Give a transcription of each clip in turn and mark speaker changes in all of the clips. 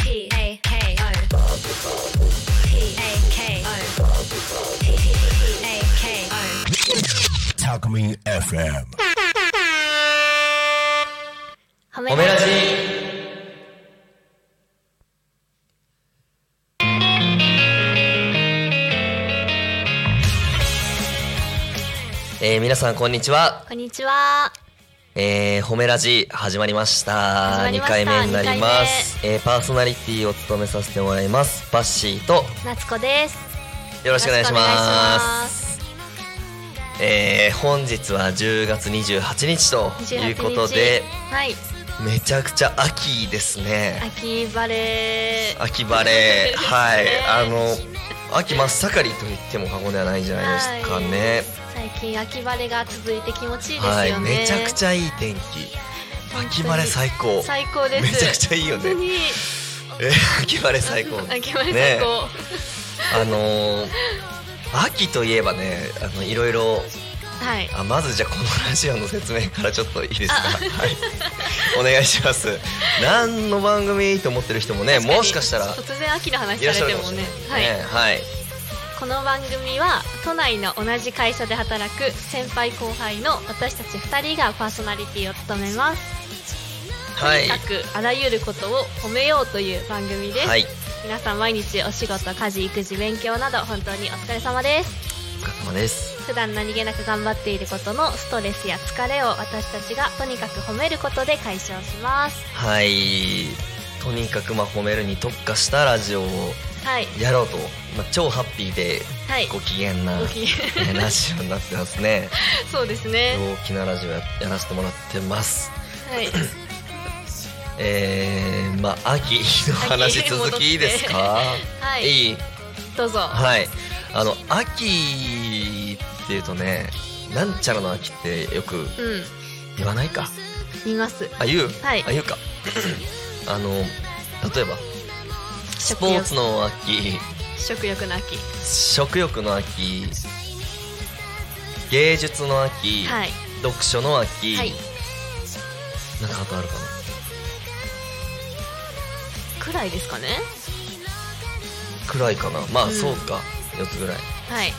Speaker 1: A K O P A K O P A K O
Speaker 2: Talkme FM.
Speaker 1: 褒
Speaker 3: おめ
Speaker 1: ろ
Speaker 3: らじえー、皆さんこんにちは、
Speaker 1: こんにちは
Speaker 3: えー、褒めラジ始まりました
Speaker 1: 始まり
Speaker 3: 二
Speaker 1: ました
Speaker 3: 回目になります、えー、パーソナリティを務めさせてもらいますバッシーとよ
Speaker 1: 夏子です
Speaker 3: ろしくお願いし
Speaker 1: よろくお願い
Speaker 3: ま
Speaker 1: し
Speaker 3: す
Speaker 1: す
Speaker 3: えー、本日は10月28日と
Speaker 1: 28
Speaker 3: いうことで
Speaker 1: 日はい
Speaker 3: めちゃくちゃ秋ですね
Speaker 1: 秋晴れ
Speaker 3: 秋晴れはい
Speaker 1: ね
Speaker 3: あの秋真っ盛りと言っても過言ではないんじゃないですかね、
Speaker 1: 最近秋晴れが続いて気持ちいいですよね、
Speaker 3: はい、めちゃくちゃいい天気。
Speaker 1: 本当に
Speaker 3: 秋晴れ最高。
Speaker 1: 最高です
Speaker 3: めちゃくちゃいいよ
Speaker 1: 本当
Speaker 3: ね。
Speaker 1: に
Speaker 3: え、秋晴れ最高。
Speaker 1: 秋晴れ
Speaker 3: ね
Speaker 1: 最高、
Speaker 3: あのー秋といえばね、あのいろいろ、
Speaker 1: はい
Speaker 3: あ、まずじゃあこのラジオの説明からちょっといいですか。はい。お願いします。何の番組と思ってる人もね、もしかしたら。
Speaker 1: 突然秋の話
Speaker 3: いらっし
Speaker 1: さ
Speaker 3: ゃ
Speaker 1: れ
Speaker 3: る
Speaker 1: て
Speaker 3: かも
Speaker 1: も
Speaker 3: しれ
Speaker 1: ね
Speaker 3: な
Speaker 1: はいい、
Speaker 3: ね。はい。
Speaker 1: この番組は都内の同じ会社で働く先輩後輩の私たち2人がパーソナリティを務めます、
Speaker 3: は
Speaker 1: と
Speaker 3: い
Speaker 1: に。かくあらゆることを褒めようという番組です、
Speaker 3: はい。
Speaker 1: 皆さん毎日お仕事家事育児勉強など本当にお疲れ様です
Speaker 3: お疲れ様です。
Speaker 1: 普段何気なく頑張っていることのストレスや疲れを私たちがとにかく褒めることで解消します
Speaker 3: はい。とにかくまあ褒めるに特化したラジオを
Speaker 1: はい
Speaker 3: やろうと、まあ、超ハッピーで
Speaker 1: はい
Speaker 3: ご機嫌な、
Speaker 1: ご機嫌
Speaker 3: えーラジオになってますね
Speaker 1: そうですね
Speaker 3: 大きなラジオややらせてもらってます
Speaker 1: はい
Speaker 3: えー、まあ秋の話
Speaker 1: 秋
Speaker 3: 続きいいですか、
Speaker 1: はい
Speaker 3: いい
Speaker 1: どうぞは
Speaker 3: はいあの秋っていうとねなんちゃらの秋ってよく
Speaker 1: うん
Speaker 3: 言わないか
Speaker 1: 見ます
Speaker 3: あ言う、
Speaker 1: はい
Speaker 3: あ言うか あの例えばスポーツの秋
Speaker 1: 食欲の秋
Speaker 3: 食欲の秋芸術の秋、
Speaker 1: はい
Speaker 3: 読書の秋、
Speaker 1: はい
Speaker 3: なんかあとあるかな
Speaker 1: くらいですかね
Speaker 3: くらいかなまあ、
Speaker 1: うん
Speaker 3: そうか4つぐらい、
Speaker 1: はい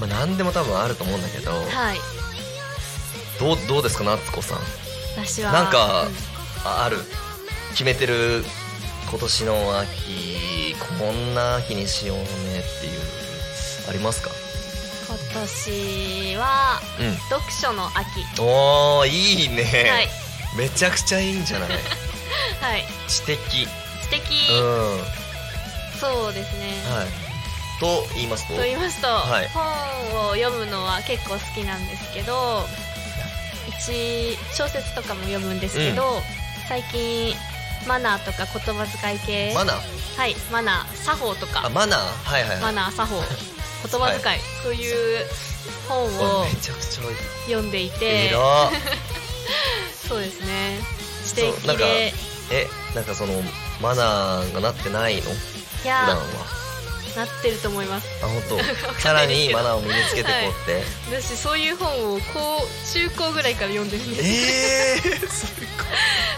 Speaker 3: まあ、何でも多分あると思うんだけど、
Speaker 1: はい
Speaker 3: どうどうですか夏子さん
Speaker 1: 私は
Speaker 3: なんか、
Speaker 1: うん
Speaker 3: あある決めてる今年の秋こんな秋にしようねっていうありますか
Speaker 1: 今年は
Speaker 3: うん
Speaker 1: 読書の秋
Speaker 3: おーいいね、
Speaker 1: はい
Speaker 3: めちゃくちゃいいんじゃない
Speaker 1: はい
Speaker 3: 知的
Speaker 1: 素敵
Speaker 3: うん
Speaker 1: そうですね
Speaker 3: はい。と言いますと、
Speaker 1: と言いますと、
Speaker 3: はい
Speaker 1: 本を読むのは結構好きなんですけど一小説とかも読むんですけど、最近マナーとか言葉遣い系
Speaker 3: マナー。
Speaker 1: はいマナー作法と
Speaker 3: あ、
Speaker 1: か
Speaker 3: マナー。はいはいは
Speaker 1: マ
Speaker 3: い。
Speaker 1: ナー作法言葉遣い、という本を
Speaker 3: おめちゃくちゃい
Speaker 1: 読んでい
Speaker 3: い。いい
Speaker 1: て
Speaker 3: な。
Speaker 1: そうですね素
Speaker 3: そうなん
Speaker 1: 敵
Speaker 3: か
Speaker 1: で
Speaker 3: え、なんかそのマナーがなってないの？普
Speaker 1: い
Speaker 3: 段
Speaker 1: や
Speaker 3: は。
Speaker 1: なってると思います
Speaker 3: あ、本
Speaker 1: けど
Speaker 3: 当。さらにマナーを身につけてこうって。
Speaker 1: 私そういう本をこう中高ぐらいから読んでるんです
Speaker 3: ええー、 す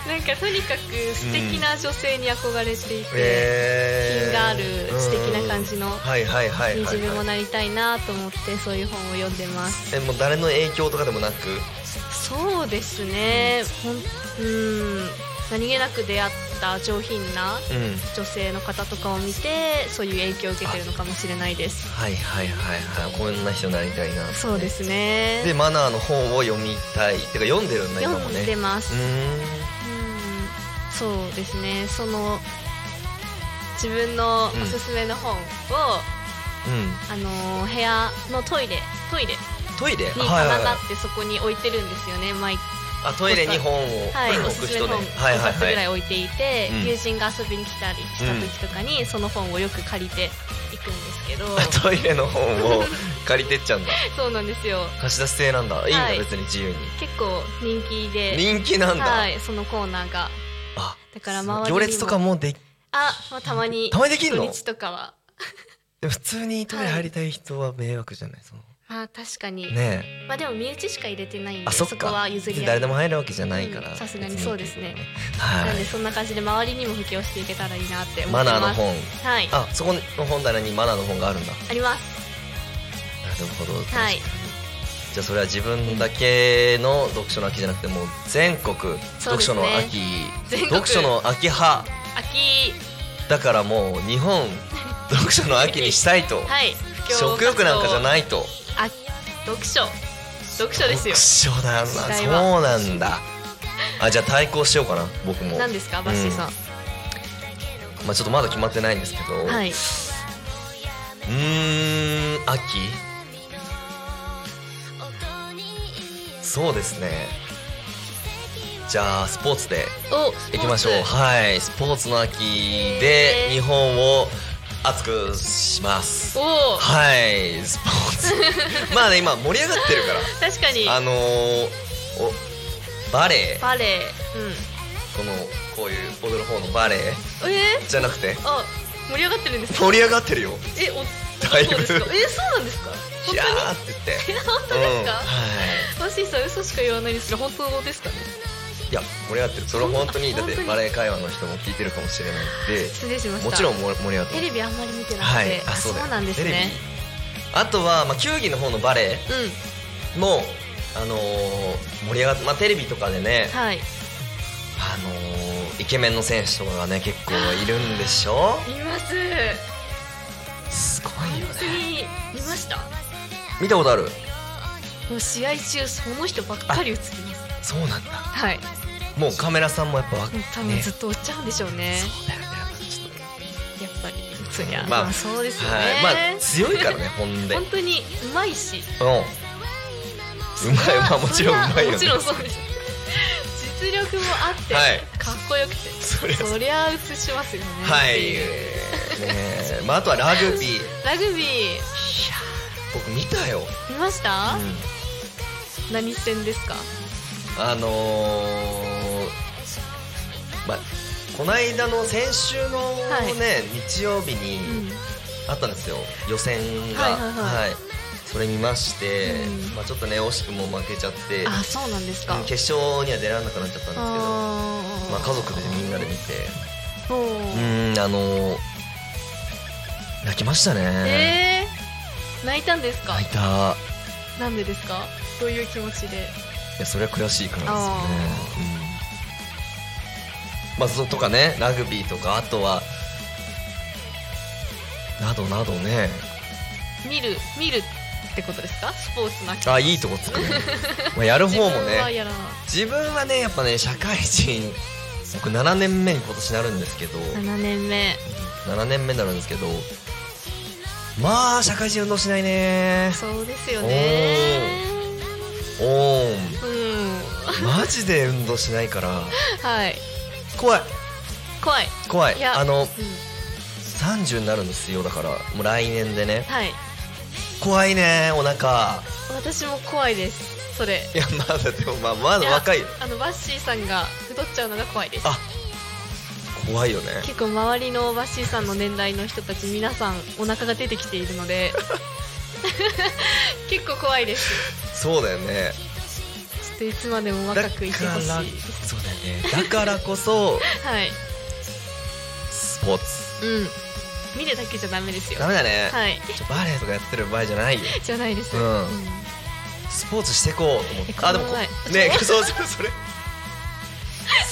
Speaker 1: なんかとにかく素敵な女性に憧れてい
Speaker 3: ご
Speaker 1: て、
Speaker 3: い。え
Speaker 1: 品
Speaker 3: ー
Speaker 1: がある素敵な感じの
Speaker 3: うんはいはいはいはい、
Speaker 1: 自分も
Speaker 3: はい。
Speaker 1: なりたいなと思ってそういう本を読んでます
Speaker 3: え、もう誰の影響とかでもなく。
Speaker 1: そうですねほんうん何気なく出会った上品な
Speaker 3: うん。
Speaker 1: 女性の方とかを見てそういう影響を受けてるのかもしれないです
Speaker 3: はいはいはいはい。こんな人になりたいな。
Speaker 1: そうです
Speaker 3: で
Speaker 1: ね
Speaker 3: マナーの本を読みたいてか読んでるんだ今
Speaker 1: 読
Speaker 3: もね
Speaker 1: んでま
Speaker 3: う
Speaker 1: す、
Speaker 3: ーん
Speaker 1: うんそうですねその自分のおすすめの本を、
Speaker 3: うん
Speaker 1: あのー部屋のトイレトイレ
Speaker 3: トイレ
Speaker 1: に棚があってそこに置いてるんですよね毎
Speaker 3: あトイレに本を
Speaker 1: はい、お
Speaker 3: 置
Speaker 1: す
Speaker 3: く
Speaker 1: すめ
Speaker 3: 人
Speaker 1: の
Speaker 3: ね
Speaker 1: 本
Speaker 3: はいは
Speaker 1: 5
Speaker 3: い
Speaker 1: 冊ぐ
Speaker 3: は
Speaker 1: らい
Speaker 3: い
Speaker 1: 置いていて、
Speaker 3: うん
Speaker 1: 友人が遊びに来たりした時とかに、その本をよく借りていくんです けど
Speaker 3: トイレの本を借りてっちゃうんだ
Speaker 1: そうなんですよ
Speaker 3: 貸し出し制なんだいいんだ
Speaker 1: はい
Speaker 3: 別に自由に
Speaker 1: 結構人気で
Speaker 3: 人気なん
Speaker 1: は
Speaker 3: だ
Speaker 1: い、そのコーナーが
Speaker 3: あ
Speaker 1: だから周りにも
Speaker 3: 行列とかもで
Speaker 1: あ、まあ、たまに
Speaker 3: たまにできんの
Speaker 1: 土日とかは
Speaker 3: でも普通にトイレ入りたい人は迷惑じゃないその
Speaker 1: まあ確かに、
Speaker 3: ね
Speaker 1: まあでも身内しか入れてないんで
Speaker 3: あ
Speaker 1: そ
Speaker 3: そっか
Speaker 1: こは譲り合い
Speaker 3: 誰でも入るわけじゃないから
Speaker 1: うんさすがにそうですね
Speaker 3: 別には
Speaker 1: なんで
Speaker 3: い
Speaker 1: そんな感じで周りにも布教していけたらいいなって思ってま
Speaker 3: マ
Speaker 1: す
Speaker 3: ナーの本
Speaker 1: はいあ
Speaker 3: あそこの本棚にマナーの本があるんだ
Speaker 1: ります
Speaker 3: なるほど、
Speaker 1: はい
Speaker 3: じゃあそれは自分だけの読書の秋じゃなくてもう全国
Speaker 1: そう
Speaker 3: 読
Speaker 1: ですね
Speaker 3: 書の秋、
Speaker 1: 全国
Speaker 3: 読書の秋派
Speaker 1: 秋
Speaker 3: だからもう日 本読書の秋にしたいと、
Speaker 1: はい布教
Speaker 3: 食欲なんかじゃ
Speaker 1: い
Speaker 3: ないと
Speaker 1: あ読書読書ですよ
Speaker 3: 読書だな
Speaker 1: 時代は
Speaker 3: そうなんだあじゃあ対抗しようかな僕も
Speaker 1: 何ですかバッシーさん、
Speaker 3: まあ、ちょっとまだ決まってないんですけど、
Speaker 1: はいう
Speaker 3: ーん秋そうですねじゃあスポーツで
Speaker 1: お
Speaker 3: いきましょうはいスポーツの秋で
Speaker 1: へー
Speaker 3: 日本を熱くします
Speaker 1: おおー
Speaker 3: はいスポー ツまあね今盛り上がってるか
Speaker 1: 確かに
Speaker 3: らあのー、おバレー
Speaker 1: バレーうん
Speaker 3: このこういう踊る方のバレー
Speaker 1: えー、
Speaker 3: じゃなくて
Speaker 1: あ盛り上がってるんですか
Speaker 3: 盛り上がってるよ
Speaker 1: えお
Speaker 3: だい
Speaker 1: そ
Speaker 3: ぶ
Speaker 1: うですかえー、そうなんですか
Speaker 3: い
Speaker 1: 本
Speaker 3: や
Speaker 1: 当に
Speaker 3: ーって言って
Speaker 1: え本当ですか、
Speaker 3: は
Speaker 1: バッシーさん嘘しか言わないですけど本当ですかね
Speaker 3: い、いや盛り上がってるそれは本当にだ
Speaker 1: 本
Speaker 3: っ
Speaker 1: 当に
Speaker 3: てバレエ会話の人も聞いてるかもしれないん
Speaker 1: 失礼しました
Speaker 3: でもちろんも盛り上がって
Speaker 1: テレ
Speaker 3: る
Speaker 1: ビあんまり見てなくて、
Speaker 3: はい
Speaker 1: あそう
Speaker 3: だよ
Speaker 1: なんです
Speaker 3: テレビ
Speaker 1: ね
Speaker 3: あとは、まあ、球技の方のバレ
Speaker 1: うん
Speaker 3: エも、あのー盛り上がって、まあ、テレビとかでね、
Speaker 1: はい
Speaker 3: あのーイケメンの選手とかがね結構いるんでしょ
Speaker 1: 見ます
Speaker 3: すごいよ
Speaker 1: 本当
Speaker 3: ね
Speaker 1: に見ました
Speaker 3: 見たことある
Speaker 1: もう試合中その人ばっかり映ります
Speaker 3: そうなんだ
Speaker 1: はい
Speaker 3: もうカメラさんもやっぱわ
Speaker 1: もう多分
Speaker 3: ね
Speaker 1: ずっと追っちゃうんでしょうね
Speaker 3: そうだよねやっぱちょっとね
Speaker 1: やっぱりそりゃ
Speaker 3: まあ
Speaker 1: まあそうですよね、
Speaker 3: はいまあ強いからねほんで
Speaker 1: 本当にうまいし
Speaker 3: うんうまいまあもちろんうまいよね
Speaker 1: そりゃもちろんそうです実力もあって、
Speaker 3: はい
Speaker 1: かっこよくて
Speaker 3: そりゃ
Speaker 1: そりゃ映しますよね
Speaker 3: は
Speaker 1: っ
Speaker 3: い
Speaker 1: てう
Speaker 3: ねえまああとはラグビー
Speaker 1: ラグビー
Speaker 3: 僕見たよ、
Speaker 1: 見ました、
Speaker 3: う
Speaker 1: 何戦ですか
Speaker 3: んあのーまあこの間の先週のね、
Speaker 1: はい
Speaker 3: 日曜日に
Speaker 1: うん
Speaker 3: あったんですよ予選が
Speaker 1: はいはいはい
Speaker 3: それ見まして、
Speaker 1: うん
Speaker 3: まあ、ちょっとね惜しくも負けちゃって
Speaker 1: あそうなんですか
Speaker 3: うん決勝には出られなくなっちゃったんですけど
Speaker 1: あー
Speaker 3: まあ、家族でみんなで見て
Speaker 1: お
Speaker 3: う
Speaker 1: ー
Speaker 3: んあのー泣きましたね、
Speaker 1: えー、泣いたんですか
Speaker 3: 泣いた
Speaker 1: なんでですかどういう気持ちで
Speaker 3: いやそれは悔しいからですよね
Speaker 1: あ、
Speaker 3: うんまあそうとかねラグビーとかあとはなどなどね
Speaker 1: 見る見るってことですかスポーツの
Speaker 3: あいいとこつ くね、まあ、やる方も
Speaker 1: 自分は
Speaker 3: ね
Speaker 1: やらない
Speaker 3: 自分はねやっぱね社会人僕7年目に今年なるんですけど
Speaker 1: 7年目
Speaker 3: 7年目になるんですけどまあ社会人運動しないね
Speaker 1: そうですよね
Speaker 3: おー
Speaker 1: うん
Speaker 3: んマジで運動しないから
Speaker 1: はい
Speaker 3: 怖い
Speaker 1: 怖い
Speaker 3: 怖い
Speaker 1: いや
Speaker 3: あの
Speaker 1: うん
Speaker 3: 30になるんですよだからもう来年でね
Speaker 1: はい
Speaker 3: 怖いねお腹
Speaker 1: 私も怖いですそれ
Speaker 3: いやまだでもまあまだ若い
Speaker 1: やあのバッシーさんが太っちゃうのが怖いです
Speaker 3: あ怖いよね
Speaker 1: 結構周りのバッシーさんの年代の人たち皆さんお腹が出てきているので 結構怖いです
Speaker 3: そうだよね
Speaker 1: ちょっといつまでも
Speaker 3: だ
Speaker 1: 若
Speaker 3: か
Speaker 1: くい
Speaker 3: ら
Speaker 1: てほしいはい
Speaker 3: そうだよねだからこそスポーツ
Speaker 1: うん見るだけじゃダメですよ
Speaker 3: ダメだね、
Speaker 1: はい
Speaker 3: ちょバレエとかやってる場合じゃないよ
Speaker 1: じゃないです
Speaker 3: うんスポーツしてこうと思って
Speaker 1: えこの
Speaker 3: こ
Speaker 1: 前
Speaker 3: ね そうそうそれ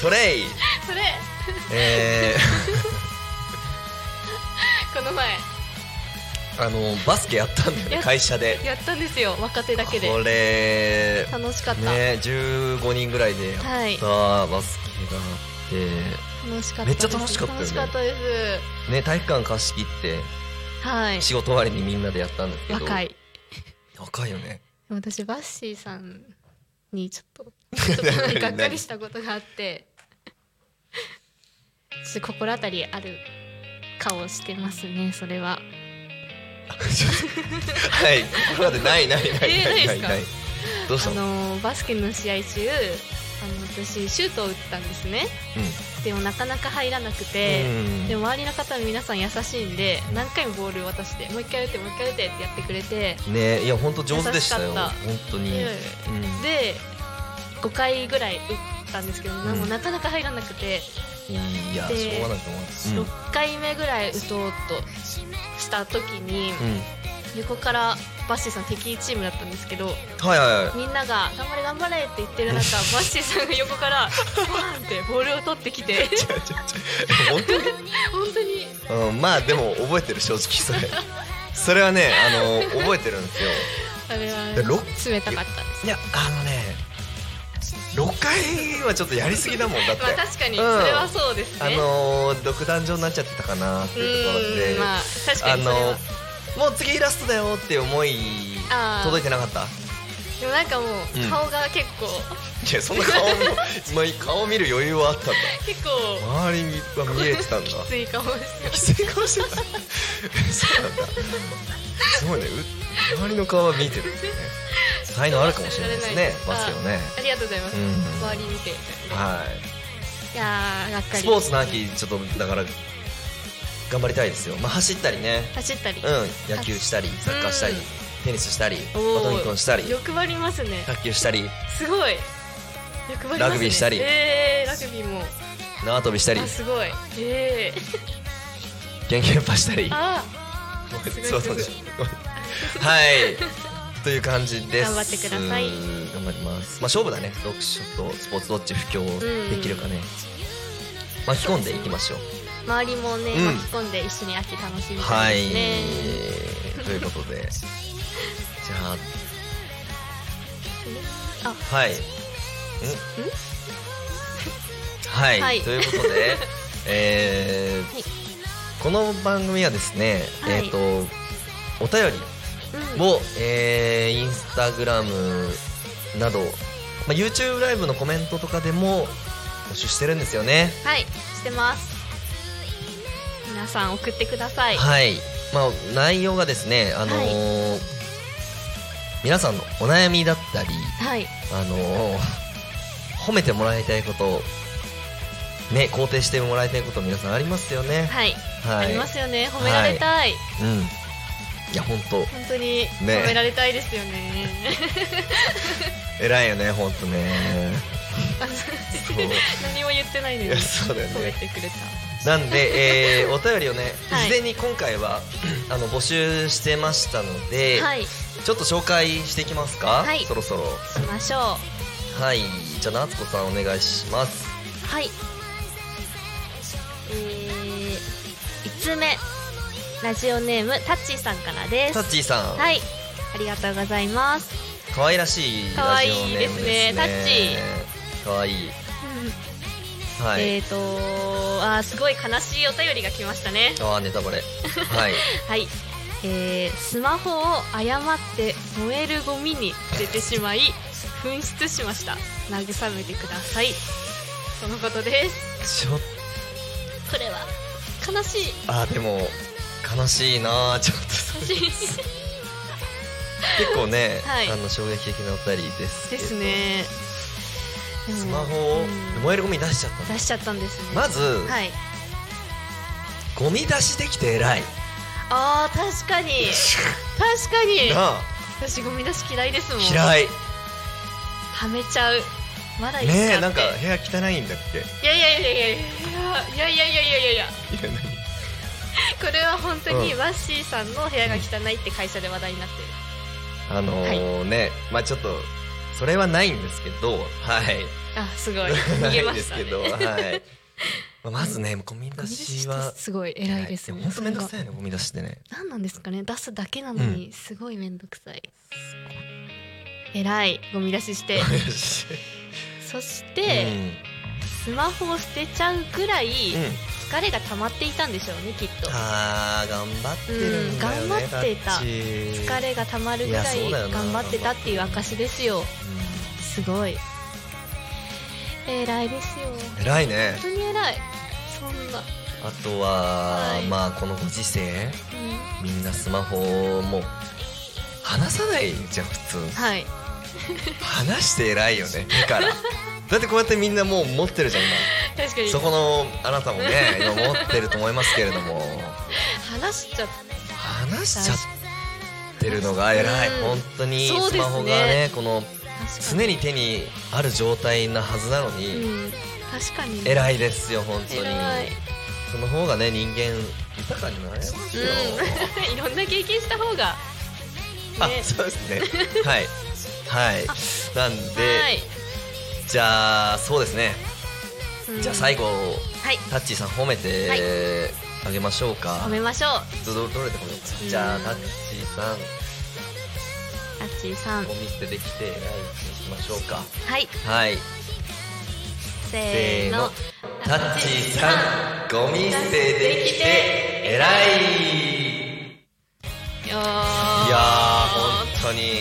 Speaker 3: それい
Speaker 1: それ
Speaker 3: え
Speaker 1: この前
Speaker 3: ー、あ のバスケやったんだ
Speaker 1: や
Speaker 3: よね
Speaker 1: っ
Speaker 3: 会社で
Speaker 1: やったんですよ若手だけで
Speaker 3: これ
Speaker 1: 楽しかった、
Speaker 3: ね15人ぐらいでやっ
Speaker 1: はい
Speaker 3: たバスケがあって
Speaker 1: 楽しかったです
Speaker 3: めっちゃ楽しかったよね
Speaker 1: 楽しかったです
Speaker 3: ね体育館貸し切って
Speaker 1: はい
Speaker 3: 仕事終わりにみんなでやったんですけど
Speaker 1: 若い
Speaker 3: 若いよね
Speaker 1: でも私バッシーさんにちょっ とちょっとねがっかりしたことがあって ちょっと心当たりある顔してますねそれは
Speaker 3: はいこれまでないないないないないない
Speaker 1: えーないで
Speaker 3: どうし
Speaker 1: あ
Speaker 3: たの
Speaker 1: のバスケの試合中あの私シュートを打ったんですね
Speaker 3: う
Speaker 1: てもなかなか入らなくて、
Speaker 3: うん
Speaker 1: でも周りの方の皆さん優しいんで何回もボールを渡してもう一回打ってもう一回打ってってやってくれて
Speaker 3: ねいや本当上手でしたよ
Speaker 1: 優しか
Speaker 3: 本
Speaker 1: った
Speaker 3: 当に、
Speaker 1: で
Speaker 3: うん
Speaker 1: で5回ぐらい打ったんですけど、
Speaker 3: ん
Speaker 1: もうなかなか入らなくて
Speaker 3: いやし
Speaker 1: で
Speaker 3: ょうがないと思います、うん
Speaker 1: 6回目ぐらい打とうとした時に、
Speaker 3: うん
Speaker 1: 横からバッシーさん敵チームだったんですけど
Speaker 3: はいはい はい
Speaker 1: みんなが「頑張れ頑張れ」って言ってる中バッシーさんが横からバーンってボールを取ってき て
Speaker 3: 本当に
Speaker 1: 本当に
Speaker 3: うん、まあでも覚えてる正直そ れそれはねあの覚えてるんですよ
Speaker 1: あれ
Speaker 3: でろ
Speaker 1: は冷たかったです
Speaker 3: いやあのね6回はちょっとやりすぎだもんだって
Speaker 1: まあ確かにそ
Speaker 3: うん
Speaker 1: れはそうです
Speaker 3: あ
Speaker 1: ね、
Speaker 3: のー独壇場になっちゃってたかなって
Speaker 1: う
Speaker 3: いうところ
Speaker 1: ー
Speaker 3: で、
Speaker 1: んまあ確か
Speaker 3: あ
Speaker 1: に
Speaker 3: の
Speaker 1: それは
Speaker 3: ーもう次ラストだよっていう思い
Speaker 1: あー
Speaker 3: 届いてなかった
Speaker 1: でもなんかも
Speaker 3: うん
Speaker 1: う顔が結構、
Speaker 3: いやそんな顔もまあ顔見る余裕はあったんだ
Speaker 1: 結構
Speaker 3: 周りには見えてた んだ
Speaker 1: きつい顔して
Speaker 3: き つい 顔してたそうなんだすごいねう周りの顔は見えてるんですね才能あるかもしれないですねバスケはね
Speaker 1: あありがとうございます、
Speaker 3: うん
Speaker 1: 周り見て
Speaker 3: はい
Speaker 1: いやーがっかり
Speaker 3: スポーツの秋ちょっとだから頑張りたいですよまあ走ったりね
Speaker 1: 走ったり、
Speaker 3: うん野球したりサッカーしたり
Speaker 1: うん
Speaker 3: テニスしたりバ
Speaker 1: おー
Speaker 3: ドミントンしたり
Speaker 1: 欲張りますね
Speaker 3: 卓球したり
Speaker 1: すごい欲張りますね
Speaker 3: ラグビーしたり
Speaker 1: えー、ラグビーも
Speaker 3: 縄跳びしたり
Speaker 1: あすごいえ ー、
Speaker 3: ケンケンパしたり
Speaker 1: あすごい
Speaker 3: そうそうですはいという感じです
Speaker 1: 頑張ってください
Speaker 3: 頑張りますまあ勝負だね読書とスポーツどっち布教できるかね、巻き込んでいきましょう
Speaker 1: 周りもね、
Speaker 3: うん
Speaker 1: 巻き込んで一緒に秋楽しみた
Speaker 3: はい
Speaker 1: で
Speaker 3: い
Speaker 1: すね、
Speaker 3: ということでじゃ あ
Speaker 1: あ
Speaker 3: はいんはい、
Speaker 1: はい
Speaker 3: ということ でえー
Speaker 1: はい
Speaker 3: この番組はですね、
Speaker 1: はい
Speaker 3: えっ、とお便り
Speaker 1: うん
Speaker 3: を、えーインスタグラムなど、まあ、YouTube ライブのコメントとかでも募集してるんですよね
Speaker 1: はいしてます皆さん送ってください
Speaker 3: はい、まあ、内容がですね、あのー皆さんのお悩みだったり、
Speaker 1: はい
Speaker 3: あのー褒めてもらいたいことね、肯定してもらいたいこと皆さんありますよね、
Speaker 1: はい、
Speaker 3: はい
Speaker 1: ありますよね褒められたい、
Speaker 3: うん、いや本当
Speaker 1: 本当に褒
Speaker 3: ね
Speaker 1: められたいですよね
Speaker 3: 偉いよね本当ね そう
Speaker 1: 何も言ってないの
Speaker 3: い
Speaker 1: に
Speaker 3: やそうだよ
Speaker 1: 褒め
Speaker 3: ね
Speaker 1: てくれた
Speaker 3: なんで、 えーお便りをね、
Speaker 1: はい
Speaker 3: 事前に今回はあの募集してましたので、
Speaker 1: はい
Speaker 3: ちょっと紹介していきますか、
Speaker 1: はい
Speaker 3: そろそろ
Speaker 1: しましょう
Speaker 3: はいじゃあ夏子さんお願いします
Speaker 1: はいえー、5つ目ラジオネームタッチーさんからで
Speaker 3: タ
Speaker 1: す
Speaker 3: ッチーさん、
Speaker 1: はいありがとうございます
Speaker 3: 可愛らしいラジオネームですね
Speaker 1: 可愛いですね
Speaker 3: タッチ可愛いはい、
Speaker 1: えーとあーすごい悲しいお便りが来ましたね
Speaker 3: ああネタ バレはい
Speaker 1: はい、えー、スマホを誤って燃えるゴミに捨ててしまい紛失しました慰めてくださいそのことです
Speaker 3: ちょっ
Speaker 1: これは悲しい
Speaker 3: とあーでも悲しいなーちょっとそ
Speaker 1: 悲
Speaker 3: れ
Speaker 1: しい
Speaker 3: 結構ね、
Speaker 1: はい
Speaker 3: あの衝撃的なお便りですけ
Speaker 1: で
Speaker 3: ど
Speaker 1: すねでも
Speaker 3: スマホを
Speaker 1: うん
Speaker 3: 燃えるゴミ出しちゃったの
Speaker 1: 出しちゃったんですね
Speaker 3: まず、
Speaker 1: はい
Speaker 3: ゴミ出しできて偉い
Speaker 1: あー確 かに確かに
Speaker 3: なあ
Speaker 1: 私ゴミ出し嫌いですもん
Speaker 3: 嫌い
Speaker 1: はめちゃうまだいいかって
Speaker 3: ねえなんか部屋汚いんだっけ
Speaker 1: いやいやいやいやいやいやいやいやいやいやいや
Speaker 3: いや
Speaker 1: こ
Speaker 3: 何
Speaker 1: れは本当に
Speaker 3: うん
Speaker 1: ワッシーさんの部屋が汚いって会社で話題になってる、
Speaker 3: あのーねまあちょっとそれはないんですけどはい
Speaker 1: あすごい逃げ
Speaker 3: な
Speaker 1: ま
Speaker 3: いで
Speaker 1: し
Speaker 3: す
Speaker 1: た
Speaker 3: け
Speaker 1: ね
Speaker 3: どはいまあまずねゴミ出しは
Speaker 1: すごい偉いです
Speaker 3: ね
Speaker 1: ね
Speaker 3: 本当めんどくさいよねゴミ出しってね
Speaker 1: 何なんですかね出すだけなのにすごい面倒くさい、偉いゴミ出し してそして、スマホを捨てちゃうぐらい
Speaker 3: うんうん
Speaker 1: 疲れが溜まっていたんでしょうねきっと
Speaker 3: あー頑張ってるんだよね
Speaker 1: うん頑張ってた
Speaker 3: タッチ
Speaker 1: 疲れが溜まるぐら
Speaker 3: いやそう
Speaker 1: い
Speaker 3: だよな
Speaker 1: 頑張ってたっていう証ですよ
Speaker 3: う
Speaker 1: すごい偉いですよ
Speaker 3: ん偉いね
Speaker 1: 本当に偉いそんな、
Speaker 3: あとは、
Speaker 1: はい
Speaker 3: まあこのご時世
Speaker 1: うん
Speaker 3: みんなスマホをもう離さないじゃん普通
Speaker 1: はい
Speaker 3: 話して偉いよねだからだってこうやってみんなもう持ってるじゃん
Speaker 1: 確か
Speaker 3: 今
Speaker 1: に
Speaker 3: そこのあなたもね今持ってると思いますけれども
Speaker 1: 話しちゃっ
Speaker 3: 話しちゃってるのが偉い
Speaker 1: うん
Speaker 3: 本当に
Speaker 1: そうです
Speaker 3: ス
Speaker 1: ね
Speaker 3: マホがねこの
Speaker 1: 確か
Speaker 3: 常に手にある状態なはずなの
Speaker 1: に、
Speaker 3: に
Speaker 1: うん、確かに
Speaker 3: 偉いですよ本当に
Speaker 1: 偉い
Speaker 3: その方がね人間豊かになれますよ
Speaker 1: うん、い ろんな経験した方が
Speaker 3: あ
Speaker 1: ね
Speaker 3: そうですねはいはいなんで
Speaker 1: はい、
Speaker 3: じゃあそうですね
Speaker 1: うん
Speaker 3: じゃあ最後
Speaker 1: はい
Speaker 3: タッチーさん褒
Speaker 1: は
Speaker 3: め
Speaker 1: い
Speaker 3: てあげましょうか
Speaker 1: 褒めましょう
Speaker 3: どどどれで褒めますかじゃあタッチーさん
Speaker 1: あっちーさん
Speaker 3: お見捨てできて偉いにしましょうか
Speaker 1: はい
Speaker 3: はい
Speaker 1: せーの
Speaker 3: タッチーさんゴミ捨てできて偉い
Speaker 1: いや
Speaker 3: いやー本当に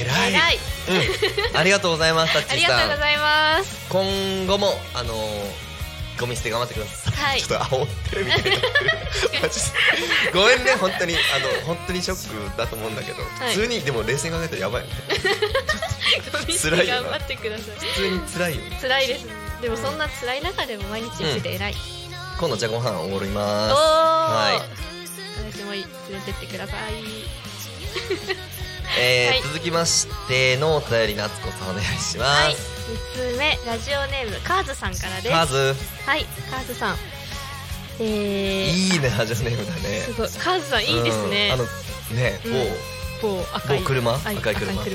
Speaker 3: 偉い
Speaker 1: 偉い
Speaker 3: うん、ありがとうございますタッ
Speaker 1: あ
Speaker 3: チ
Speaker 1: り
Speaker 3: ー
Speaker 1: がとうご
Speaker 3: さん
Speaker 1: ざいます
Speaker 3: 今後もあのーゴミ捨て頑張ってください、
Speaker 1: はい
Speaker 3: ちょっと煽ってるみたいになってるマジでごめんね本当にあの本当にショックだと思うんだけど、
Speaker 1: い
Speaker 3: 普通にでも冷静に考えたらやばいよね
Speaker 1: ゴミ捨
Speaker 3: 辛
Speaker 1: て
Speaker 3: いよ
Speaker 1: 頑張
Speaker 3: な
Speaker 1: ってください
Speaker 3: 普通に辛いよね
Speaker 1: 辛いですでもそんな辛い中でも毎日生きて偉い、
Speaker 3: 今度じゃあご飯おごり
Speaker 1: お
Speaker 3: ま
Speaker 1: ー、
Speaker 3: すはい
Speaker 1: 私も連れてってください
Speaker 3: えー
Speaker 1: はい
Speaker 3: 続きましてのお便り夏子さんお願いしま
Speaker 1: はい
Speaker 3: す、
Speaker 1: 3つ目ラジオネームカーズさんからです
Speaker 3: カズ
Speaker 1: はいカーズさんえー、
Speaker 3: いいねラジオネームだね
Speaker 1: すごいカーズさんいいですね、
Speaker 3: うんあのね
Speaker 1: うん
Speaker 3: 某
Speaker 1: 某赤い
Speaker 3: 某車
Speaker 1: は
Speaker 3: 赤い車はいや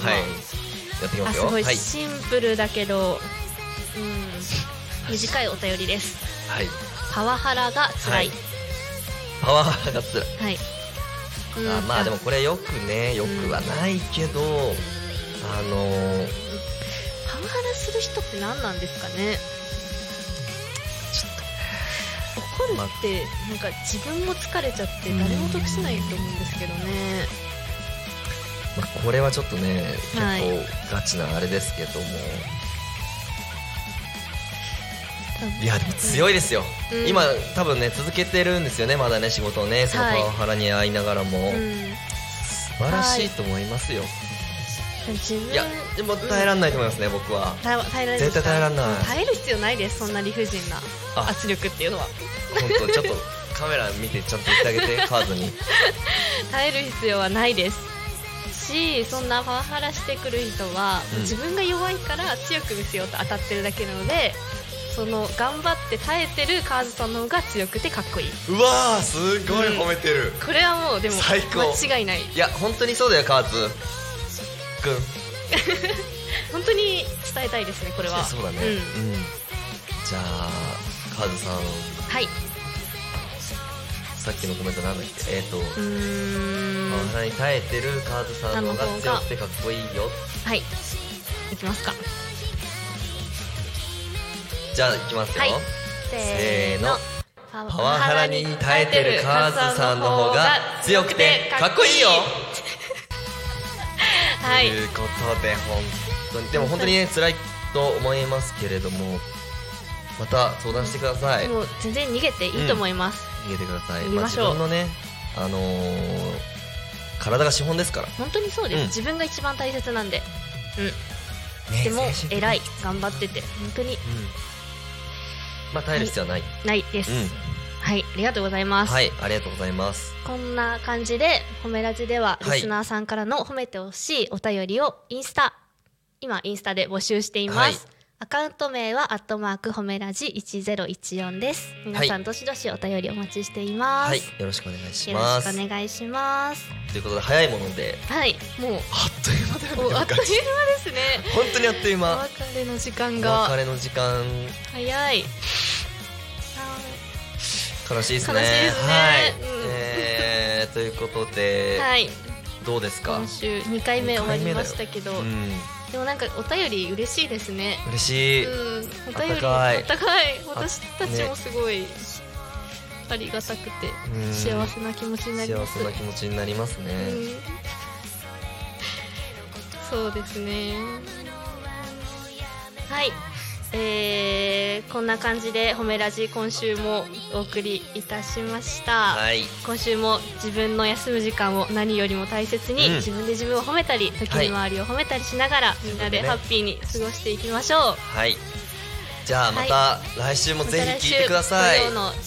Speaker 3: ってきま
Speaker 1: あ
Speaker 3: す
Speaker 1: す
Speaker 3: よ
Speaker 1: ごい
Speaker 3: はい
Speaker 1: シンプルだけど、うん、短いお便りです
Speaker 3: はい
Speaker 1: パワハラが辛い
Speaker 3: パワハラが辛い
Speaker 1: はい、うん
Speaker 3: あまあでもこれよくねよくはないけど、あのー
Speaker 1: パワハラする人って何なんですかね
Speaker 3: ちょっと
Speaker 1: 怒るってなんか自分も疲れちゃって誰も得しないと思うんですけどね、
Speaker 3: まあ、これはちょっとね結
Speaker 1: はい
Speaker 3: 構ガチなあれですけども、い、やでも強いですよ、
Speaker 1: うん
Speaker 3: 今多分ね続けてるんですよねまだね仕事をねそのパワハラに遭いながらも、
Speaker 1: うん
Speaker 3: 素晴らしいと思いますよ、
Speaker 1: 自分
Speaker 3: い、やでも耐えらんないと思いますね僕は
Speaker 1: 耐え耐えられる
Speaker 3: 絶対耐えらんない
Speaker 1: 耐える必要ないですそんな理不尽な
Speaker 3: あ
Speaker 1: 圧力っていうのは
Speaker 3: 本当ちょっとカメラ見てちゃんと言ってあげ てカードに
Speaker 1: 耐える必要はないですしそんなパワハラしてくる人は、
Speaker 3: うん
Speaker 1: 自分が弱いから強く見せようと当たってるだけなのでその頑張って耐えてるカーズさんの方が強くてかっこいいう
Speaker 3: わーすごい褒めてる、
Speaker 1: これはもうでも
Speaker 3: 最高
Speaker 1: 間違いない
Speaker 3: いや本当にそうだよカーズくん
Speaker 1: 本当に伝えたいですねこれは
Speaker 3: そうだね、
Speaker 1: ん
Speaker 3: うんじゃあカーズさん
Speaker 1: はい
Speaker 3: さっきのコメントなんだっけえっ、ー、と
Speaker 1: うーん
Speaker 3: お腹に耐えてるカーズさんの方が強くてかっこいいよ
Speaker 1: はいいきますか
Speaker 3: じゃあいきますよ、
Speaker 1: はい
Speaker 3: せーの
Speaker 1: パ
Speaker 3: パワハラに耐えてるカーズさんの方が強くてかっこいいよ
Speaker 1: はい
Speaker 3: ということで本当にでも本当にね辛いと思いますけれどもまた相談してください
Speaker 1: もう全然逃げていいと思います、
Speaker 3: 逃げてください
Speaker 1: 逃げましょう
Speaker 3: 自分のねあのー体が資本ですから
Speaker 1: 本当にそうです、
Speaker 3: うん
Speaker 1: 自分が一番大切なんで
Speaker 3: ね
Speaker 1: でも
Speaker 3: 精神的に
Speaker 1: 偉い
Speaker 3: うん
Speaker 1: 頑張ってて本当に
Speaker 3: まあ耐える必要はない、
Speaker 1: ないです、はいありがとうございます、
Speaker 3: はいありがとうございます
Speaker 1: こんな感じで褒めラジでは
Speaker 3: はい
Speaker 1: リスナーさんからの褒めてほしいお便りをインスタ今インスタで募集しています、
Speaker 3: はい
Speaker 1: アカウント名はアットマーク褒めラジ1014です皆さ
Speaker 3: は
Speaker 1: んどしどしお便りお待ちしています、
Speaker 3: はいよろしくお願いし
Speaker 1: よろし
Speaker 3: ます
Speaker 1: くお願いします
Speaker 3: ということで早いもので
Speaker 1: はい もう
Speaker 3: あっという間だよね
Speaker 1: おあっという間ですね
Speaker 3: 本当にあっという
Speaker 1: お
Speaker 3: 間
Speaker 1: 別れの時間
Speaker 3: お
Speaker 1: が
Speaker 3: 別れの時間
Speaker 1: 早い
Speaker 3: 悲しいですね
Speaker 1: 悲しいですね
Speaker 3: はい、
Speaker 1: うん
Speaker 3: えーということで、
Speaker 1: はい
Speaker 3: どうですか
Speaker 1: 今週2回目終わりましたけど、
Speaker 3: うん
Speaker 1: でもなんかお便り嬉しいですね
Speaker 3: 嬉しい、
Speaker 1: うん、お
Speaker 3: あっ
Speaker 1: 便
Speaker 3: た
Speaker 1: り
Speaker 3: かい
Speaker 1: あったかい私たちもすごいありがたくて
Speaker 3: うん
Speaker 1: 幸せな気持ちになりま
Speaker 3: 幸
Speaker 1: す、
Speaker 3: せな気持ちになりますね、
Speaker 1: うん、そうですねはいえーこんな感じで「褒めラジ」今週もお送りいたしました、
Speaker 3: はい
Speaker 1: 今週も自分の休む時間を何よりも大切に、
Speaker 3: うん
Speaker 1: 自分で自分を褒めたり時に周りを褒めたりしながら、みんなで
Speaker 3: そうだね
Speaker 1: ハッピーに過ごしていきましょう
Speaker 3: はいじゃあまた来週
Speaker 1: ま
Speaker 3: も
Speaker 1: た
Speaker 3: ぜ
Speaker 1: 来
Speaker 3: ひ
Speaker 1: 週
Speaker 3: 聞いてください
Speaker 1: 土曜の14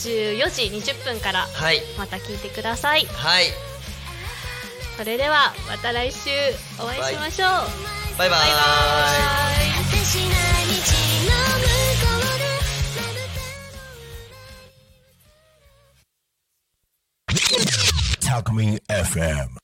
Speaker 1: 時20分から
Speaker 3: はい
Speaker 1: また聞いてください
Speaker 3: はい
Speaker 1: それではまた来週お会いしましょう、
Speaker 3: バイバ
Speaker 1: バイ
Speaker 3: イ
Speaker 1: バーイ
Speaker 4: 私な道の向こうでまぶた
Speaker 2: Talk Me FM.